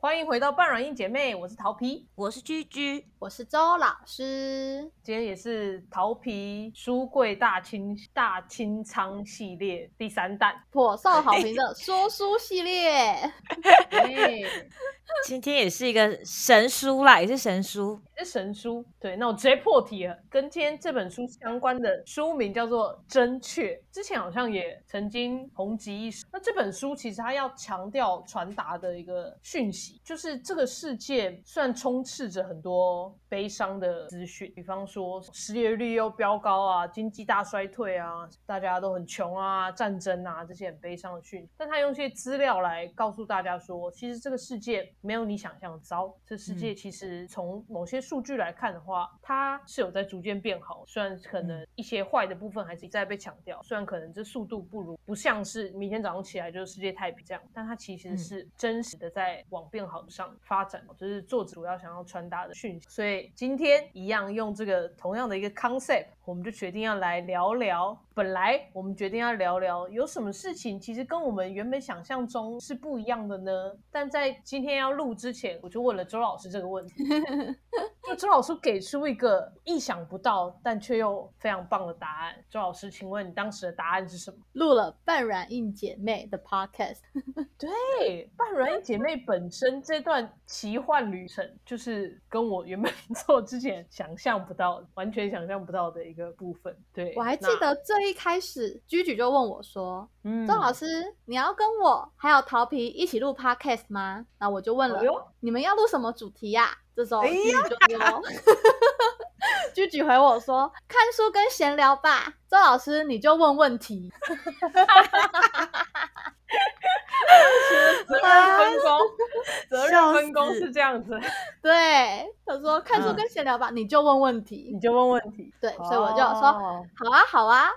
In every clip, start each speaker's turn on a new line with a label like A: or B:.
A: 欢迎回到半软硬姐妹，我是桃皮，
B: 我是居居，
C: 我是周老师。
A: 今天也是桃皮书柜大清大清仓系列第三弹。
C: 颇受好评 的说书系列，
A: 哎
B: 今天也是一个神书啦，也是神书。
A: 这神书，对，那我直接破题了。跟今天这本书相关的书名叫做《真确》，之前好像也曾经红极一时。那这本书其实它要强调传达的一个讯息，就是这个世界虽然充斥着很多悲伤的资讯，比方说失业率又飙高啊，经济大衰退啊，大家都很穷啊，战争啊这些很悲伤的讯息，但他用一些资料来告诉大家说，其实这个世界没有你想象的糟，这世界
B: 嗯
A: 其实从某些数据来看的话，它是有在逐渐变好，虽然可能一些坏的部分还是一再被强调，虽然可能这速度不如不像是明天早上起来就是世界太平这样，但它其实是真实的在往变好的上发展，这、是作者主要想要传达的讯息。所以今天一样用这个同样的一个 concept，我们就决定要来聊聊。本来我们决定要聊聊有什么事情，其实跟我们原本想象中是不一样的呢？但在今天要录之前，我就问了周老师这个问题，就周老师给出一个意想不到但却又非常棒的答案。周老师，请问你当时的答案是什么？
C: 录了半软硬姐妹的 podcast，
A: 对，半软硬姐妹本身这段奇幻旅程，就是跟我原本 做之前想象不到、完全想象不到的一个部分。对，
C: 我还记
A: 那，
C: 得最一开始居居就问我说
A: 嗯：“
C: 周老师，你要跟我还有桃皮一起录 podcast 吗？”那我就问了
A: 哎呦：“
C: 你们要录什么主题呀、这时候
A: 哎呀
C: 居居就 说：“居居回我说：“看书跟闲聊吧。”周老师，你就问问题。
A: 责任分工， 责任
B: 笑
A: 分工
B: 死
A: 是这样子，
C: 对，他说：“看书
B: 嗯
C: 跟闲聊吧，你就问问题。
A: 你就问问题。
C: 对，所以我就说：“
A: 哦
C: 好啊，好啊。”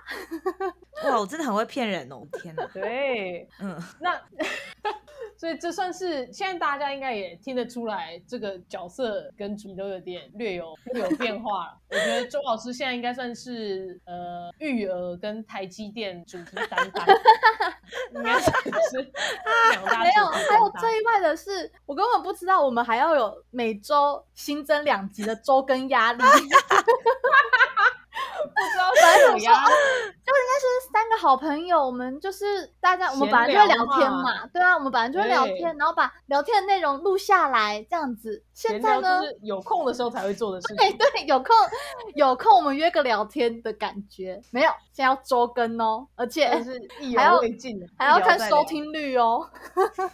B: 哇，我真的很会骗人哦！天哪，
A: 对，
B: 嗯，
A: 那所以这算是现在大家应该也听得出来，这个角色跟主题都有点略有略有变化了。我觉得周老师现在应该算是呃育儿跟台积电主题担当，应该算是两大
C: 没有，
A: 主题
C: 还有
A: 担当
C: 最意外的是，我根本不知道我们还要有每周新增两集的周更 压力。
A: 不知道
C: 本来
A: 是
C: 想
A: 有
C: 说，
A: 压
C: 啊就应该是三个好朋友，我们就是大家，我们
A: 闲
C: 本来就会
A: 聊
C: 聊天
A: 嘛
C: 嘛，对啊，我们本来就会聊
A: 对
C: 天，然后把聊天的内容录下来，这样子。现
A: 闲
C: 在
A: 聊
C: 呢
A: 就，是有空的时候才会做的事
C: 对
A: 情。
C: 对，有空有空我们约个聊天的感觉，没有，现在要周更哦，而且
A: 但是意
C: 还要
A: 犹未尽，
C: 还要
A: 一聊
C: 看
A: 再
C: 收
A: 聊。
C: 听率哦，
B: 笑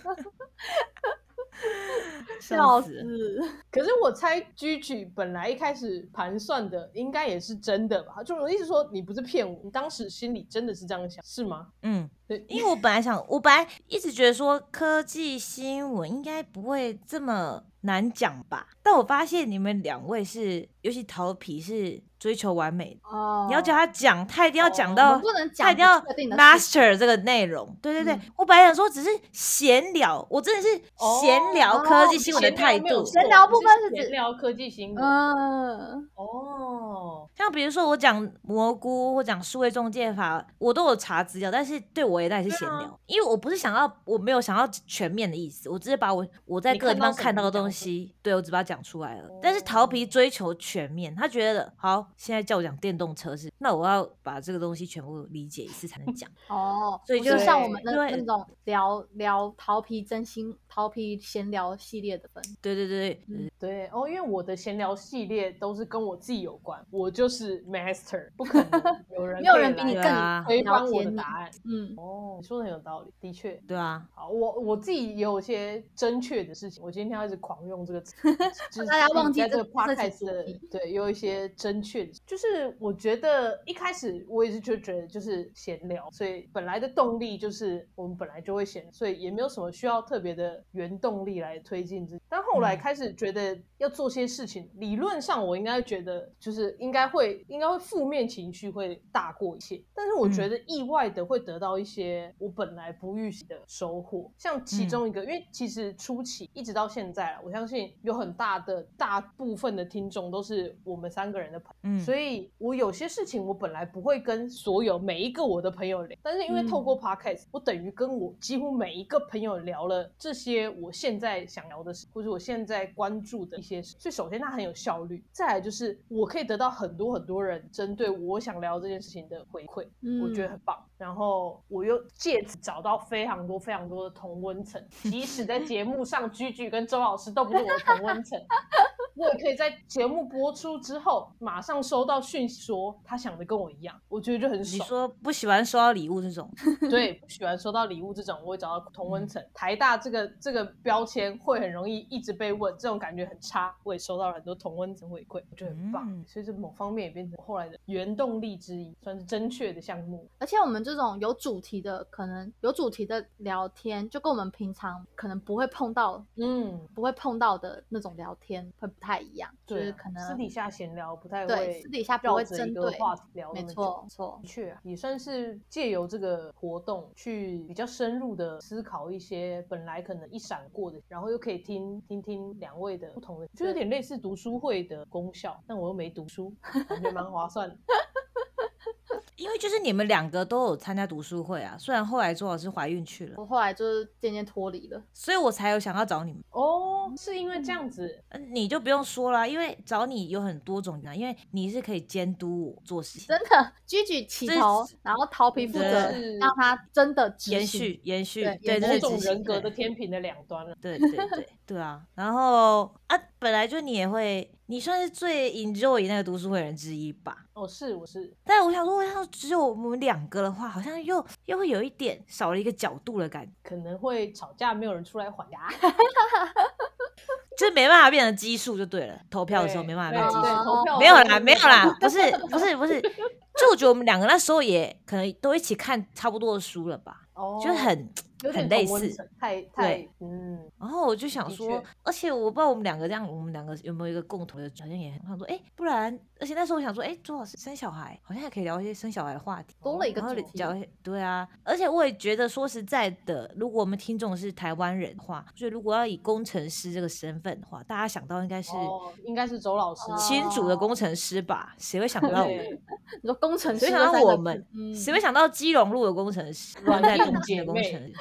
C: 笑
B: 死！
C: 死。
A: 可是我猜居居本来一开始盘算的应该也是真的吧？就我一直说你不是骗我，你当时心里真的是这样想，是吗？
B: 嗯，
A: 对，
B: 因为我本来想，我本来一直觉得说科技新闻应该不会这么难讲吧，但我发现你们两位是，尤其头皮是追求完美的，
C: 哦
B: 你要叫他讲，他一定要
A: 哦
B: 讲
C: 我
B: 到
C: 们不能
B: 他
C: 讲
B: 一定要
C: 不确定的事情
B: master 这个内容。对对对，我本来想说只是闲聊，我真的是闲聊
C: 哦
B: 科技新闻的
A: 闲聊
B: 态
A: 没有
B: 度。
A: 错
C: 闲聊部分是
A: 你
C: 指
A: 闲聊科技新闻、
C: 嗯。
A: 哦。
B: 像比如说我讲蘑菇或讲数位中介法，我都有查资料，但是对我也那也是闲
A: 对啊
B: 聊，因为我不是想要，我没有想要全面的意思，我只是把我我在
A: 你
B: 各个地
A: 看到
B: 方
A: 什么
B: 看到的
A: 你讲什
B: 东
A: 么哦
B: 西，对我只把它讲出来了。但是桃皮追求全面，他觉得好，现在叫我讲电动车是，那我要把这个东西全部理解一次才能 讲。
C: 哦，
B: 所以
C: 不
B: 就是
C: 像我们的
B: 对
C: 那种聊聊桃皮真心桃皮闲聊系列的分，
B: 对对对对，
A: 对哦，因为我的闲聊系列都是跟我自己有关，我就是 master，不可能有人
C: 没有
A: 可以
C: 人比你
A: 来
B: 对
C: 更
B: 啊
A: 推
C: 了
A: 翻我
C: 解
A: 的
C: 你。
A: 答案。
C: 嗯，
A: 哦，你说的很有道理，的确。
B: 对啊，
A: 好，我我自己也有一些正确的事情，我今天要一直狂用这个 词，就是
C: 大家忘记
A: 在
C: 这
A: 这个
C: 这集
A: podcast
C: 主
A: 的
C: 题
A: 对，有一些正确的，就是我觉得一开始我也是就觉得就是闲聊，所以本来的动力就是我们本来就会闲，所以也没有什么需要特别的原动力来推进自己。但后来
B: 嗯
A: 开始觉得要做些事情，理论上我应该觉得就是应该会应该会负面情绪会大过一切，但是我觉
B: 嗯
A: 得。觉得意外的会得到一些我本来不预期的收获，像其中一个，因为其实初期一直到现在啊，我相信有很大的大部分的听众都是我们三个人的朋友，
B: 嗯，
A: 所以我有些事情我本来不会跟所有每一个我的朋友聊，但是因为透过 podcast，、我等于跟我几乎每一个朋友聊了这些我现在想聊的事，或者我现在关注的一些事。所以首先它很有效率，再来就是我可以得到很多很多人针对我想聊这件事情的回馈，
C: 嗯
A: 我觉得很棒。然后我又借此找到非常多非常多的同温层，即使在节目上，居居跟周老师都不是我的同温层。我也可以在节目播出之后，马上收到讯息说他想的跟我一样，我觉得就很
B: 你
A: 爽。
B: 说不喜欢收到礼物这种，
A: 对，不喜欢收到礼物这种，我会找到同温层。台大这个这个标签会很容易一直被问，这种感觉很差。我也收到了很多同温层回馈，我觉得很棒。
B: 嗯
A: 所以这某方面也变成我后来的原动力之一，算是正确的项目。
C: 而且我们这种有主题的，可能有主题的聊天，就跟我们平常可能不会碰到、
A: 嗯，
C: 不会碰到的那种聊天会不太一样，就
A: 对
C: 是
A: 啊，
C: 可
A: 私
C: 能
A: 底下闲聊不太
C: 对
A: 会
C: 私底下不
A: 绕
C: 会
A: 着一
C: 针
A: 个
C: 对，
A: 话题聊那
C: 没
A: 么久。
C: 错没错
A: 的，确啊，也算是借由这个活动去比较深入的思考一些本来可能一闪过的，然后又可以听听听两位的不同的，就有点类似读书会的功效，但我又没读 书，感觉蛮划算的。
B: 因为就是你们两个都有参加读书会啊，虽然后来周老师怀孕去了，
C: 我后来就是渐渐脱离了。
B: 所以我才有想要找你们。
A: 哦，是因为这样子，
B: 呃你就不用说啦，因为找你有很多种啊，因为你是可以监督我做事情，
C: 真的，居居起
B: 这
C: 头，然后桃皮负责
A: 对
C: 让他真的执
B: 延
C: 行
B: 续延续，
C: 对
B: 对
C: 延
B: 这
A: 某
B: 是
C: 续这
A: 种
B: 执行
A: 人格的天平的两端了。啊
B: 对对对对对啊！然后啊，本来就你也会，你算是最 enjoy 那个读书会的人之一吧。
A: 哦，是，我是，
B: 但我想说，要只有我们两个的话，好像又又会有一点少了一个角度的感觉，
A: 可能会吵架，没有人出来 还牙。
B: 就是没办法变成基数就对了。投票的时候
A: 对
B: 没办法
A: 对
B: 变成基
A: 对
B: 数，
C: 哦
A: 投票
B: 没有
A: 的时
B: 啦，
A: 候
B: 没有啦，不是不是不是， 就我觉得我们两个那时候也可能都一起看差不多的书了吧，
A: 哦，
B: 就是很
A: 有点
B: 很类
A: 同温
B: 似
A: 层，太太
B: 对，
A: 嗯，
B: 然后我就想
A: 的
B: 说
A: 确，
B: 而且我不知道我们两个这样，我们两个有没有一个共同的，好像也很我想说，哎、不然，而且那时候我想说，哎、周老师生小孩，好像也可以聊一些生小孩的话题，
C: 多了一个
B: 然后
C: 主题
B: 聊一些，对啊，而且我也觉得说实在的，如果我们听众是台湾人的话，所以如果要以工程师这个身份的话，大家想到应该是
A: 哦，应该是周老师，啊
C: 哦
B: 新竹的工程师吧？谁会想到 我？
A: 对嗯
C: 你说工程师
B: 谁
C: 这
B: 会想
C: 三个字，
B: 到我们？
C: 嗯，
B: 谁会想到基隆路的工程师？
A: 软
B: 软在
A: 硬
B: 东京的
A: 姐
B: 工
A: 妹
B: 程师？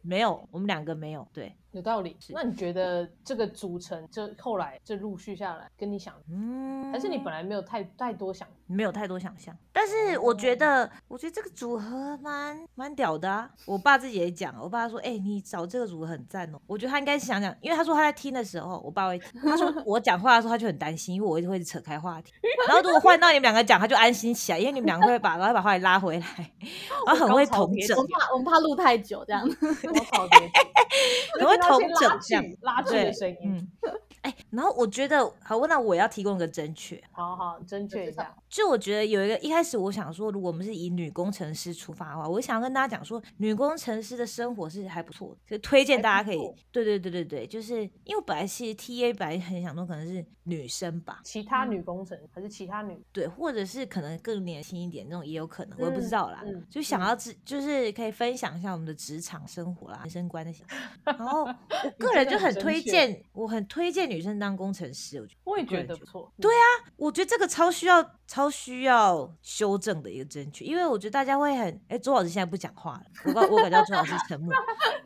B: 没有，我们两个没有，对。
A: 有道理。
B: 是
A: 那你觉得这个组成，这后来这陆续下来，跟你想，
B: 嗯，
A: 还是你本来没有太太多 想？
B: 没有太多想象，但是我觉得，我觉得这个组合蛮蛮屌的啊！我爸自己也讲，我爸说：“哎、你找这个组合很赞哦。”我觉得他应该是想想，因为他说他在听的时候，我爸会听；他说我讲话的时候，他就很担心，因为我一直会扯开话题。然后如果换到你们两个讲，他就安心起来，因为你们两个会把然后把话题拉回来，然后很会
A: 高潮
B: 统
A: 迭
B: 整
C: 我，们怕我们怕录太久这样，
A: 我操，别
B: 很会
A: 然后
B: 统
A: 去拉
B: 整这样
A: 锯。拉锯
B: 对
A: 的声音。
B: 嗯，哎、然后我觉得好，那我要提供一个正确，
A: 好好，正确一下。
B: 就我觉得有一个一开始我想说，如果我们是以女工程师出发的话，我想跟大家讲说，女工程师的生活是还不错的，就推荐大家可以
A: 还不错。
B: 对对对对对，就是因为我本来其实 T A 本来很想说可能是女生吧，
A: 其他女工程还是其他女？
B: 对，或者是可能更年轻一点那种也有可能，我也不知
A: 嗯
B: 道啦。
A: 嗯
B: 啊就想要自就是可以分享一下我们的职场生活啦、人生观 那些。然后我个
A: 真
B: 人
A: 的
B: 就
A: 很
B: 很
A: 正
B: 推
A: 确
B: 荐，我很推荐女生当工程师，我觉得。
A: 我也
B: 个
A: 觉
B: 人
A: 得
B: 觉
A: 不
B: 得
A: 错。嗯
B: 对啊我觉得这个超需要、超需要修正的一个正确，因为我觉得大家会很……哎，周老师现在不讲话了，我感我感觉到周老师沉 默。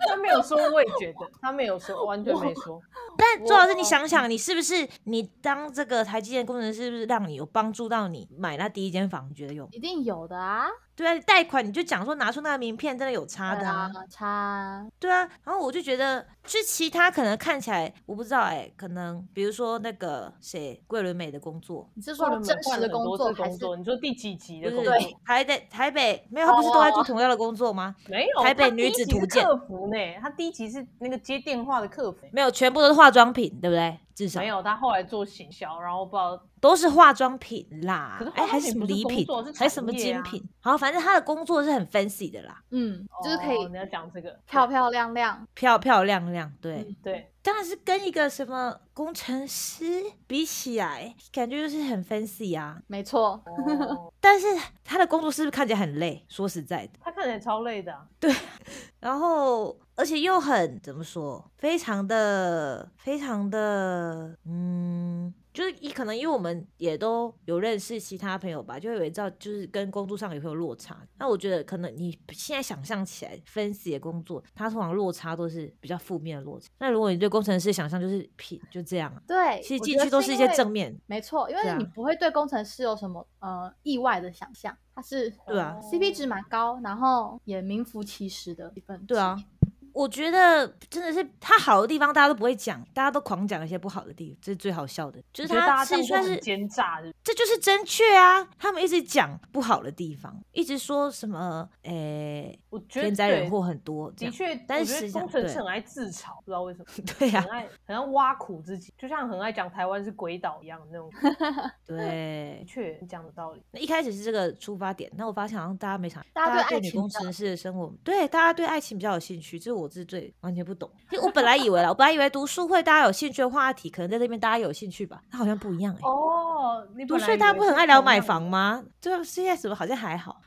A: 他没有说，我也觉得他没有 说，完全没说。
B: 但周老师，你
A: 我
B: 想想，你是不是你当这个台积电工程师，是不是让你有帮助到你买那第一间房？你觉得有？
C: 一定有的啊，
B: 对啊，你贷款你就讲说拿出那个名片，真的有差
C: 对
B: 的啊。
C: 啊，差啊，
B: 对啊，然后我就觉得，就其他可能看起来我不知道哎、可能比如说那个谁桂纶镁的工作，
C: 你是
A: 换
C: 说
A: 了
C: 真实
A: 换
C: 的
A: 了很多
C: 作
A: 次
C: 还
A: 工
C: 是
A: 作，你说第几集
B: 就
A: 的
B: 是
A: 工作？哦
B: 台北台北没有，他不是都在做同样的工作吗？
A: 没有，
B: 台北
A: 他第一
B: 女子
A: 集是
B: 图鉴
A: 客服呢？他第一集是那个接电话的客服，
B: 没有，全部都是化妆品，对不对？至少
A: 没有，他后来做行销，然后不知道
B: 都是化妆品啦
A: 可是，化
B: 哎，
A: 妆
B: 还是
A: 品
B: 什么
A: 不是
B: 礼
A: 工
B: 品
A: 作是，
B: 还是
A: 产
B: 什么
A: 业
B: 精
A: 啊
B: 品，好，反正他的工作是很 fancy 的啦，
C: 嗯，就是可以
A: 哦你要讲这个，
C: 漂漂亮亮，
B: 漂漂亮亮，对，
C: 嗯
A: 对，
B: 当然是跟一个什么工程师比起来，感觉就是很 fancy 啊。
C: 没错，
A: 哦
B: 但是他的工作是不是看起来很累？说实在的，
A: 他看起来超累的啊，
B: 然后而且又很怎么说，非常的非常的嗯。就是一可能因为我们也都有认识其他朋友吧，就会有知道就是跟工作上也会有落差。那我觉得可能你现在想象起来分析的工作，它通常落差都是比较负面的落差。那如果你对工程师想象就是屁就这样啊，
C: 对，
B: 其实
C: 哎我
B: 进
C: 觉得
B: 去都是一
C: 因
B: 些
C: 为
B: 正面，
C: 没错，因
B: 对
C: 为
B: 啊
C: 你不会对工程师有什么呃意外的想象，它是
A: 哦
B: 对啊
C: CP 值蛮高，然后也名副其实的一份。
B: 对啊，。我觉得真的是它好的地方，大家都不会讲，大家都狂讲一些不好的地方，这是最好笑的。就
A: 我觉
B: 是
A: 得大
B: 它
A: 家当
B: 是
A: 作
B: 算是
A: 很奸诈的，
B: 这就是正确啊！他们一直讲不好的地方，一直说什么诶、
A: 我觉得
B: 天灾人
A: 对
B: 祸很多，
A: 的
B: 这样
A: 确，
B: 但
A: 我
B: 是
A: 觉
B: 实
A: 得
B: 际上
A: 工程
B: 对
A: 师很爱自嘲，不知道为什么，
B: 对啊呀、
A: 很爱很爱挖苦自己，就像很爱讲台湾是鬼岛一样那 种。的
B: 对。
A: 确，你讲的道理。
B: 那一开始是这个出发点，那我发现好像大家没啥，
C: 大家对爱
B: 女
C: 情
B: 工
C: 比较
B: 程师的生活，对大家对爱情比较有兴趣，这是我是最完全 不懂。因为我本来以为啦，我本来以为读书会大家有兴趣的话题，可能在这边大家有兴趣吧，那好像不一样哎、欸。
A: 哦，你
B: 读
A: 本来
B: 书会大家
A: 以
B: 不
A: 为
B: 很
A: 是
B: 爱聊
A: 同
B: 买
A: 样的
B: 房吗？对，啊现在怎么好像 还好，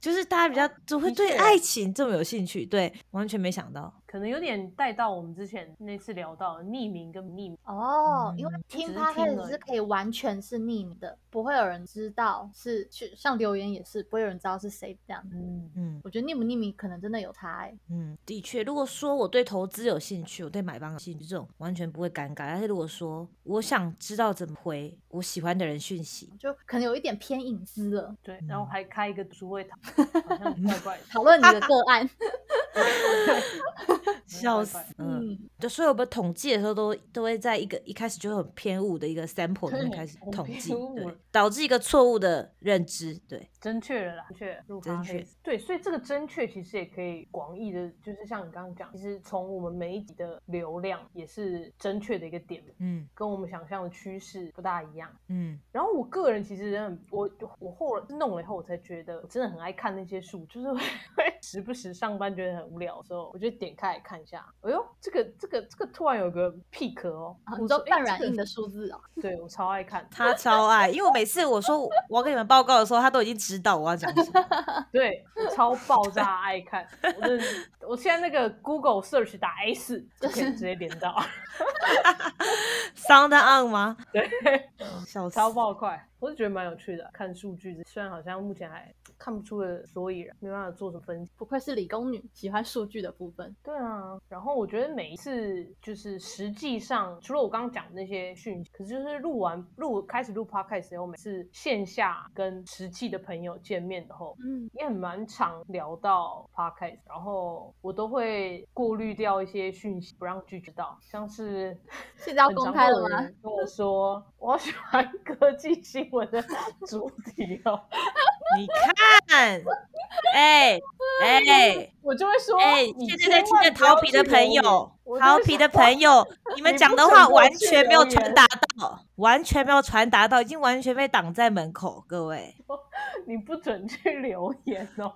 B: 就是大家比较只会
A: 哦的
B: 对
A: 确
B: 爱情这么有兴趣，对，完全没想到。
A: 可能有点带到我们之前那次聊到的匿名跟不匿名，
C: 哦，因为
B: 嗯
A: 只
C: 听
A: 是
C: 他开
A: 听
C: 始
A: 而
C: 是
A: 已
C: 可以完全是匿名的，不会有人知道是去像留言也是不会有人知道是谁这样子。
A: 嗯，
B: 嗯，
C: 我觉得匿不匿名可能真的有差、欸，
B: 嗯，的确，如果说我对投资有兴趣，我对买房有兴趣，这种完全不会尴尬。但是如果说我想知道怎么回我喜欢的人 讯息，
C: 就可能有一点偏隐私了。
A: 对，然后
B: 嗯
A: 还开一个读书会讨论，好像怪怪的
C: 讨论你的个案，
B: 笑
A: 怪
B: 死
A: 怪，
B: 嗯，
C: 嗯，
B: 就所以我们统计的时候都都会在一个一开始就很偏误的一个 sample 里面
A: 对
B: 开始
A: 很
B: 统
A: 偏
B: 计，
A: 误
B: 对
A: 了，
B: 导致一个错误的认知，对，
A: 正确了啦，正确入
B: 正
A: 哈
B: 确
A: 黑子对，所以这个正确其实也可以广义的，就是像你刚刚讲，其实从我们每一集的流量也是正确的一个点，
B: 嗯
A: 跟我们想象的趋势不大一样。
B: 嗯。
A: 然后我个人其实真的，我我后来弄了以后，我才觉得我真的很爱看那些书，就是会会时不时上班觉得很无聊的时候，我就点开来看一下。哎呦，这个这个这个突然有个 peak 哦，
C: 啊
A: 我
C: 你说
A: 说
C: 半软硬，的
A: 诶
C: 数字哦，
A: 这个对我超爱看
B: 他超爱，因为我每次我说我我要给你们报告的时候，他都已经知道我要讲 什么。
A: 对，我超爆炸爱看。我真的是，我现在那个 Google search 打 S 就可以直接连到，
B: Sound on 吗？
A: 对，
B: 笑死，
A: 超爆快。我是觉得蛮有趣的，看数据，虽然好像目前还看不出个所以然，没办法做什么分析。
C: 不愧是理工女，喜欢数据的部分。
A: 对啊，然后我觉得每一次就是实际上，除了我刚刚讲的那些讯息，可是就是录完录开始录 podcast 以后，每次线下跟实际的朋友见面的后，
C: 嗯，
A: 也很蛮常聊到 podcast，然后我都会过滤掉一些讯息，不让拒绝到，像是
C: 现在要
A: 很常
C: 公开
A: 会
C: 了
A: 有
C: 吗？
A: 人跟我说我好喜欢科技新闻的主题哦，
B: 你看，哎 哎。
A: 我就会说，
B: 哎、
A: 你
B: 现
A: 千
B: 在在听
A: 万
B: 的
A: 不要
B: 调皮的
A: 去
B: 朋
A: 留言
B: 友，
A: 我就
B: 调
A: 会
B: 皮
A: 说
B: 的朋友，你们
A: 你
B: 讲
A: 不
B: 的
A: 准
B: 话
A: 给我
B: 完
A: 去
B: 全没有
A: 留
B: 传
A: 言
B: 达到，完全没有传达到，已经完全被挡在门口，各位。
A: 你不准去留言哦。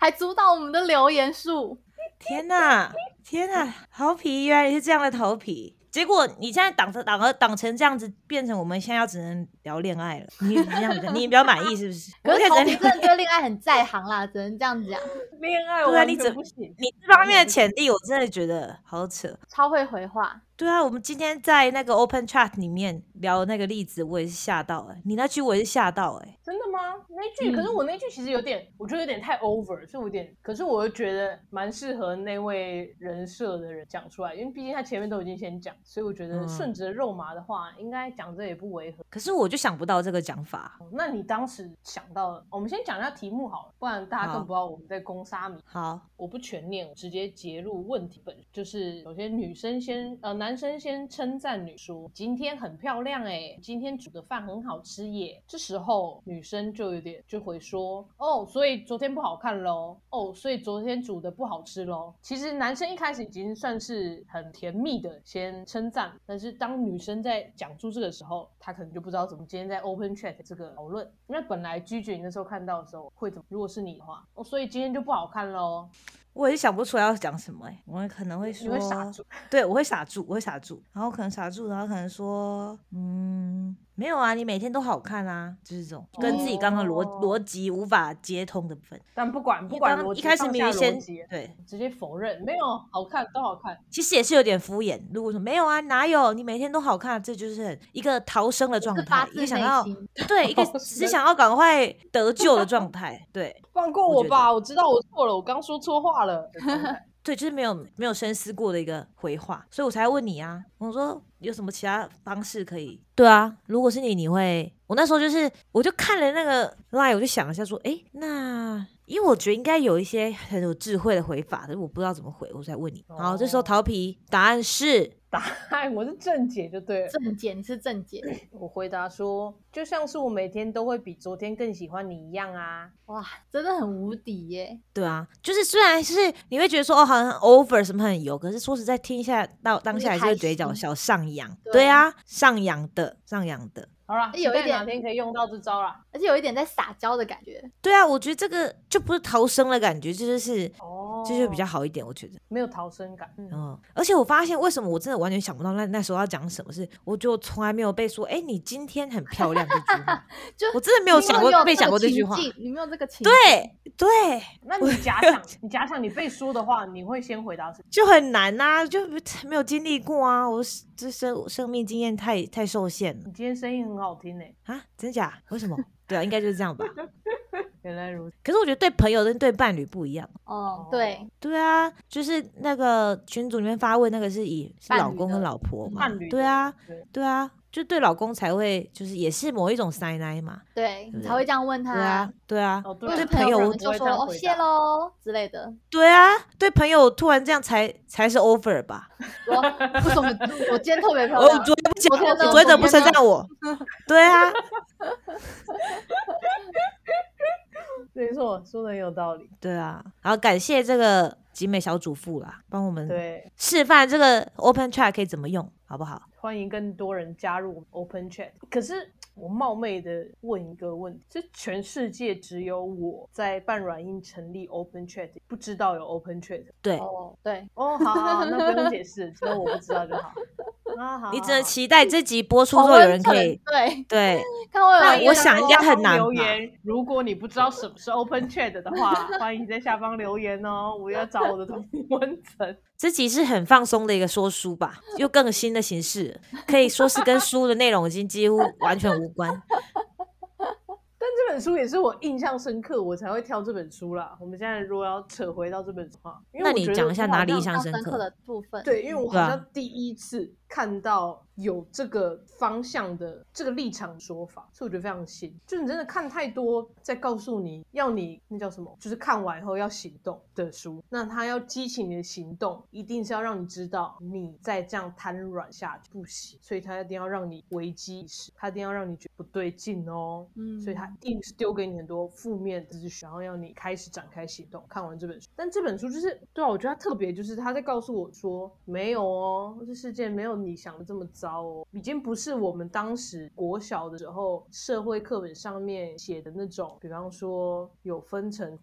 C: 还阻挡我们的留言数，
B: 天呐，天呐，调皮原来是这样的调皮。结果你现在挡着挡着挡成这样子，变成我们现在要只能聊恋爱了。你这样子，你比较满意是不是？
C: 可
B: 我
C: 是
B: 们
C: 头
B: 可以
C: 皮
B: 只
C: 真
B: 能
C: 的对恋爱很在行啦，只能这样 讲，
A: 恋爱
B: 对啊
A: 完
B: 你
A: 全
B: 怎
A: 不行。
B: 你这方面的潜力，我真的觉得好扯。
C: 超会回话。
B: 对啊，我们今天在那个 Open Chat 里面聊那个例子，我也是吓到哎、你那句我也是吓到哎、
A: 真的吗？那一句，可是
B: 嗯
A: 我那一句其实有点，我觉得有点太 over，所以我有点，可是我又觉得蛮适合那位人设的人讲出来，因为毕竟他前面都已经先讲，所以我觉得
B: 嗯
A: 顺着肉麻的话，应该讲这也不违和。
B: 可是我就想不到这个讲法。
A: 那你当时想到了，我们先讲一下题目好了，不然大家
B: 好
A: 更不知道我们在攻杀迷。
B: 好，
A: 我不全念，我直接截入问题本，就是有些女生先呃，男生先称赞女说今天很漂亮哎、今天煮的饭很好吃耶。这时候女生就有点就回说哦，所以昨天不好看喽，哦，所以昨天煮的不好吃喽。其实男生一开始已经算是很甜蜜的先称赞，但是当女生在讲出这个时候，她可能就不知道怎么今天在 Open Chat 这个讨论，因为本来居姐你那时候看到的时候会怎么？如果是你的话，哦，所以今天就不好看喽。
B: 我也想不出来要讲什么哎、我可能会
A: 你
B: 说，
A: 会傻住。
B: 对我会傻住，我会傻住，然后可能傻住，然后可能说，嗯，没有啊，你每天都好看啊，就是这种跟自己刚刚逻
A: 哦
B: 逻辑无法接通的部分。
A: 但不管不
B: 你
A: 管
B: 刚
A: 逻
B: 刚
A: 辑
B: 一开始
A: 放
B: 明
A: 下
B: 明先
A: 逻辑
B: 对，
A: 直接否认，没有好看都好看，
B: 其实也是有点敷衍。如果说没有啊，哪有你每天都好看，这就是很一个逃生的状
C: 是发
B: 态，一
C: 自
B: 个
C: 内
B: 想要
C: 心。
B: 对一个
A: 逃
B: 只
A: 生
B: 想要赶快得救的状态。对
A: 放过
B: 我
A: 我
B: 觉
A: 吧，我知道我错了，我刚说错话了。的状 态
B: 对，就是没有没有深思过的一个回话，所以我才问你啊。我说有什么其他方式可以？对啊，如果是你，你会？我那时候就是我就看了那个 line，我就想了一下说，诶，那。因为我觉得应该有一些很有智慧的回法，但是我不知道怎么回，我才问你。然后这时候
A: 哦
B: 桃皮答案是
A: 哎，我是正解就对了。
C: 正解，你是正解。
A: 我回答说，就像是我每天都会比昨天更喜欢你一样啊。
C: 哇，真的很无敌耶！
B: 对啊，就是虽然是你会觉得说哦，好像很 over 什么很油，可是说实在，听一下到当
C: 就是
B: 下还是
C: 开
B: 会嘴角
C: 心
B: 小上扬。
C: 对
B: 对啊，上扬的，上扬的。
A: 好啦，
C: 哎有
A: 期待
C: 一点
A: 哪天可以用到这招啦。
C: 而且有一点在撒娇的感觉，，
B: 对啊，我觉得这个就不是逃生的感觉，这就是
A: 哦
B: 这就比较好一点，我觉得。
A: 没有逃生感。嗯，
B: 嗯，而且我发现为什么我真的完全想不到那那时候要讲什么是，我觉得我从来没有被说，哎、你今天很漂亮这句话
C: 就
B: 我真的没有想过
C: 你有
B: 被讲
C: 个
B: 过这
C: 情
B: 句话。
C: 境你没有这个情
B: 对对，
A: 那你假 想，你假想你被说的话，你会先回答什么？
B: 就很难呐、就没有经历过啊，我是这生生命经验太太受限了
A: 你今天声音很好听欸诶、
B: 啊，真假？为什么？对啊，应该就是这样吧。
A: 原来如此。
B: 可是我觉得对朋友跟对伴侣不一样。
C: 哦，对
A: 哦，
B: 对啊，就是那个群组里面发问那个是以是
C: 伴侣
B: 老公
C: 的
B: 跟老婆嘛
A: 伴侣，的
B: 对啊，
A: 对
B: 对啊，就对老公才会就是也是某一种塞奶嘛，
C: 对，
B: 对
C: 你才会这样问
B: 对
C: 他。
B: 啊，对啊，
A: 哦，对
C: 问
A: 了，
B: 朋友
C: 友
A: 不
B: 我
C: 可能就
A: 会
C: 说
A: 这样
C: 哦
A: 回
C: 谢
A: 答。
C: 喽之类的，
B: 对啊，对朋友突然这样才才是 over 吧？
C: 说为什么 我今天特别漂
B: 哦，
C: 亮
B: 我？昨天不讲，
C: 昨天
B: 我
C: 呢
B: 昨天怎么不
C: 啊昨
B: 称
C: 天呢
B: 赞我？对啊，
A: 没错，说的很有道理。
B: 对啊，然后感谢这个集美小主妇啦，帮我们
A: 对，
B: 示范这个 Open Chat 可以怎么用，好不好？
A: 欢迎更多人加入我们 Open Chat。可是我冒昧的问一个问题：是全世界只有我在半软硬成立 Open Chat，不知道有 Open Chat？
B: 对、
C: 哦，对，
A: 哦，好好， 好那不用解释，只有我不知道就好。啊， 好，
B: 你
A: 好
B: 只
A: 好
B: 能期待这集播出之
C: 同
B: 后有
C: 温
B: 人
C: 层
B: 可以
C: 对，
B: 对
C: 看会有
B: 那
C: 人
B: 我想应该很难吧
A: 留言，如果你不知道什么是 Open Chat 的话，欢迎在下方留言 哦。我要找我的同温层。
B: 这集是很放松的一个说书吧，又更新的形式，可以说是跟书的内容已经几乎完全无关。
A: 但这本书也是我印象深刻，我才会挑这本书啦。我们现在如果要扯回到这本书啊，因为
B: 那
A: 我
B: 你
A: 觉得
B: 讲一下
A: 我
B: 哪
A: 好
B: 里
A: 像
B: 印象
C: 到
B: 深
C: 深
B: 刻
C: 刻的部分。
A: 对，因为我好
B: 对啊
A: 像第一次看到有这个方向的这个立场说法，所以我觉得非常新。就你真的看太多，在告诉你要你那叫什么，就是看完以后要行动的书，那它要激起你的行动，一定是要让你知道你再这样瘫软下去不行，所以它一定要让你危机意识，它一定要让你觉得不对劲哦。
C: 嗯
A: 所以它一定是丢给你很多负面资讯，然后要你开始展开行动。看完这本书，但这本书就是对啊，我觉得它特别就是它在告诉我说，没有哦，这世界没有你想的这么糟哦，已经不是我们当时国小的时候社会课本上面写的那种，比方说有分成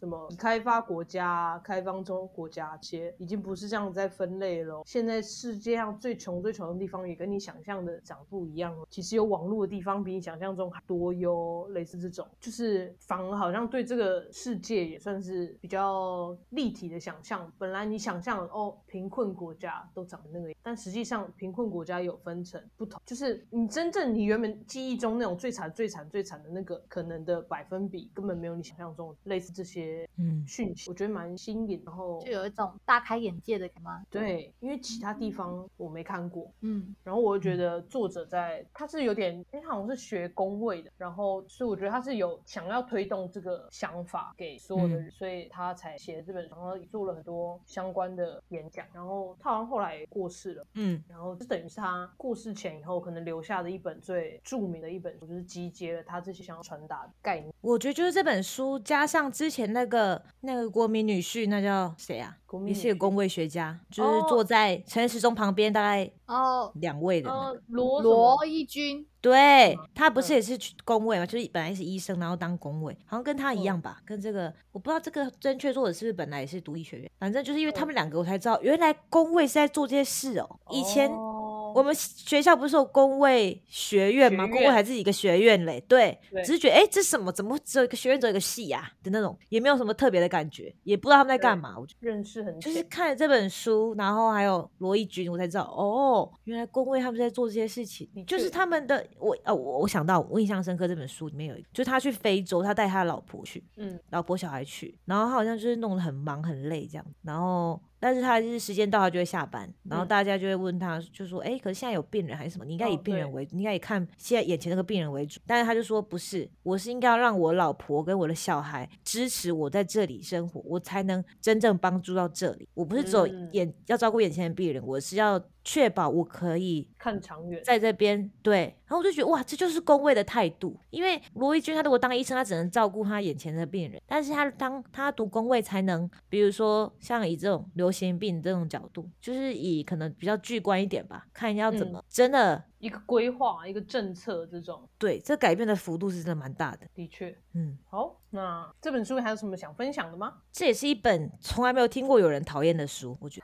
A: 什么已开发国家啊、开放中国家这些，已经不是这样在分类了哦。现在世界上最穷最穷的地方也跟你想象的长不一样哦。其实有网络的地方比你想象中还多哟，类似这种，就是反而好像对这个世界也算是比较立体的想象。本来你想象哦，贫困国家都长得那个样，但实际上贫困国家有分成不同，就是你真正你原本记忆中那种最惨最惨最惨的那个可能的百分比，根本没有你想象中类似这些
B: 嗯，
A: 讯息，我觉得蛮新颖。然后
C: 就有一种大开眼界的感觉吗。
A: 对，因为其他地方我没看过，
C: 嗯，
A: 然后我就觉得作者在他是有点，因为他好像是学工位的，然后所以我觉得他是有想要推动这个想法给所有的
B: 嗯
A: 人，所以他才写了这本书，然后也做了很多相关的演讲，然后他好像后来也过世了。
B: 嗯，
A: 然后就等于是他过世前以后可能留下的一本最著名的一本书，就是集结了他这些想要传达的概念。
B: 我觉得就是这本书加上之前那个那个国民女婿，那叫谁啊？
A: 国民
B: 也
A: 女
B: 是个
A: 婿
B: 工位学家，就是
A: 哦
B: 坐在陈时中旁边大概
C: 哦，
B: 两位的、那个
A: 呃，罗什么
C: 罗毅军，
B: 对他不
A: 嗯
B: 是也是去工位嘛，就是本来是医生，然后当工位，好像跟他
A: 嗯
B: 一样吧，跟这个我不知道这个正确作者是不是本来也是
A: 嗯
B: 读医学院，反正就是因为他们两个，我才知道原来工位是在做这些事哦。以前
A: 哦
B: 我们学校不是有工卫学院吗？
A: 学
B: 工卫
A: 院
B: 还自己一个学院嘞，对，
A: 对
B: 只是觉得哎、诶这什么？怎么只有一个学院，只有一个系呀、的那种，也没有什么特别的感觉，也不知道他们在干
A: 对
B: 嘛。我觉得
A: 认识很
B: 就是
A: 浅，
B: 看了这本书，然后还有罗毅军，我才知道哦，原来工卫他们在做这些事情
A: 的，确
B: 就是他们的我哦，我我想到我印象深刻这本书里面有一个，就是他去非洲，他带他的老婆去，
A: 嗯，
B: 老婆小孩去，然后他好像就是弄得很忙很累这样，然后但是他就是时间到他就会下班，然后
A: 嗯
B: 大家就会问他，就说哎、诶可是现在有病人还是什么？你应该以
A: 哦
B: 病人
A: 对
B: 为主，你应该以看现在眼前那个病人为主。但是他就说不是，我是应该要让我老婆跟我的小孩支持我在这里生活，我才能真正帮助到这里。我不是只有
A: 嗯
B: 眼、要照顾眼前的病人，我是要确保我可以
A: 看长远，
B: 在这边对，然后我就觉得哇，这就是工位的态度。因为罗毅军他如果当医生，他只能照顾他眼前的病人，但是他当他读工位才能，比如说像以这种流行病这种角度，就是以可能比较具观一点吧，看要怎
A: 嗯
B: 么、真的
A: 一个规划、一个政策这种，
B: 对这改变的幅度是真的蛮大的。
A: 的确。
B: 嗯，
A: 好，那这本书还有什么想分享的吗？
B: 这也是一本从来没有听过有人讨厌的书，我觉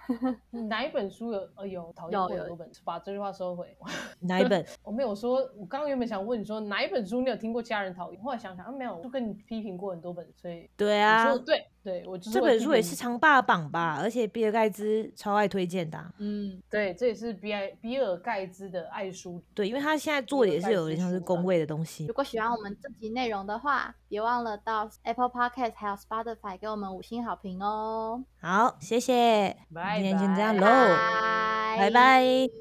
B: 得
A: 哪一本书有？呃，有讨厌
C: 有
A: 过
C: 有
A: 很多本，把这句话收回。
B: 哪一本？
A: 我没有说，我刚刚原本想问你说哪一本书你有听过家人讨厌，后来想想啊，没有，我就跟你批评过很多本，所以
B: 对
A: 你
B: 啊
A: 说，的对，对我就是
B: 这
A: 会
B: 本
A: 批
B: 书也
A: 评
B: 是常霸榜吧，而且比尔盖茨超爱推荐的啊、
C: 嗯，
A: 对，这也是比尔比尔盖茨的爱书，
B: 对，因为他现在做的
A: 比
B: 也
A: 尔
B: 是
A: 盖
B: 有
A: 茨
B: 点像是
A: 书
B: 工
A: 吧
B: 位的东西
C: 如。果喜欢我们这集内容的话，别忘了到 Apple Podcast 还有 Spotify 给我们五星好评哦。
B: 好，谢谢，
A: 拜
B: 今天先这样
A: 拜
B: 喽，拜拜。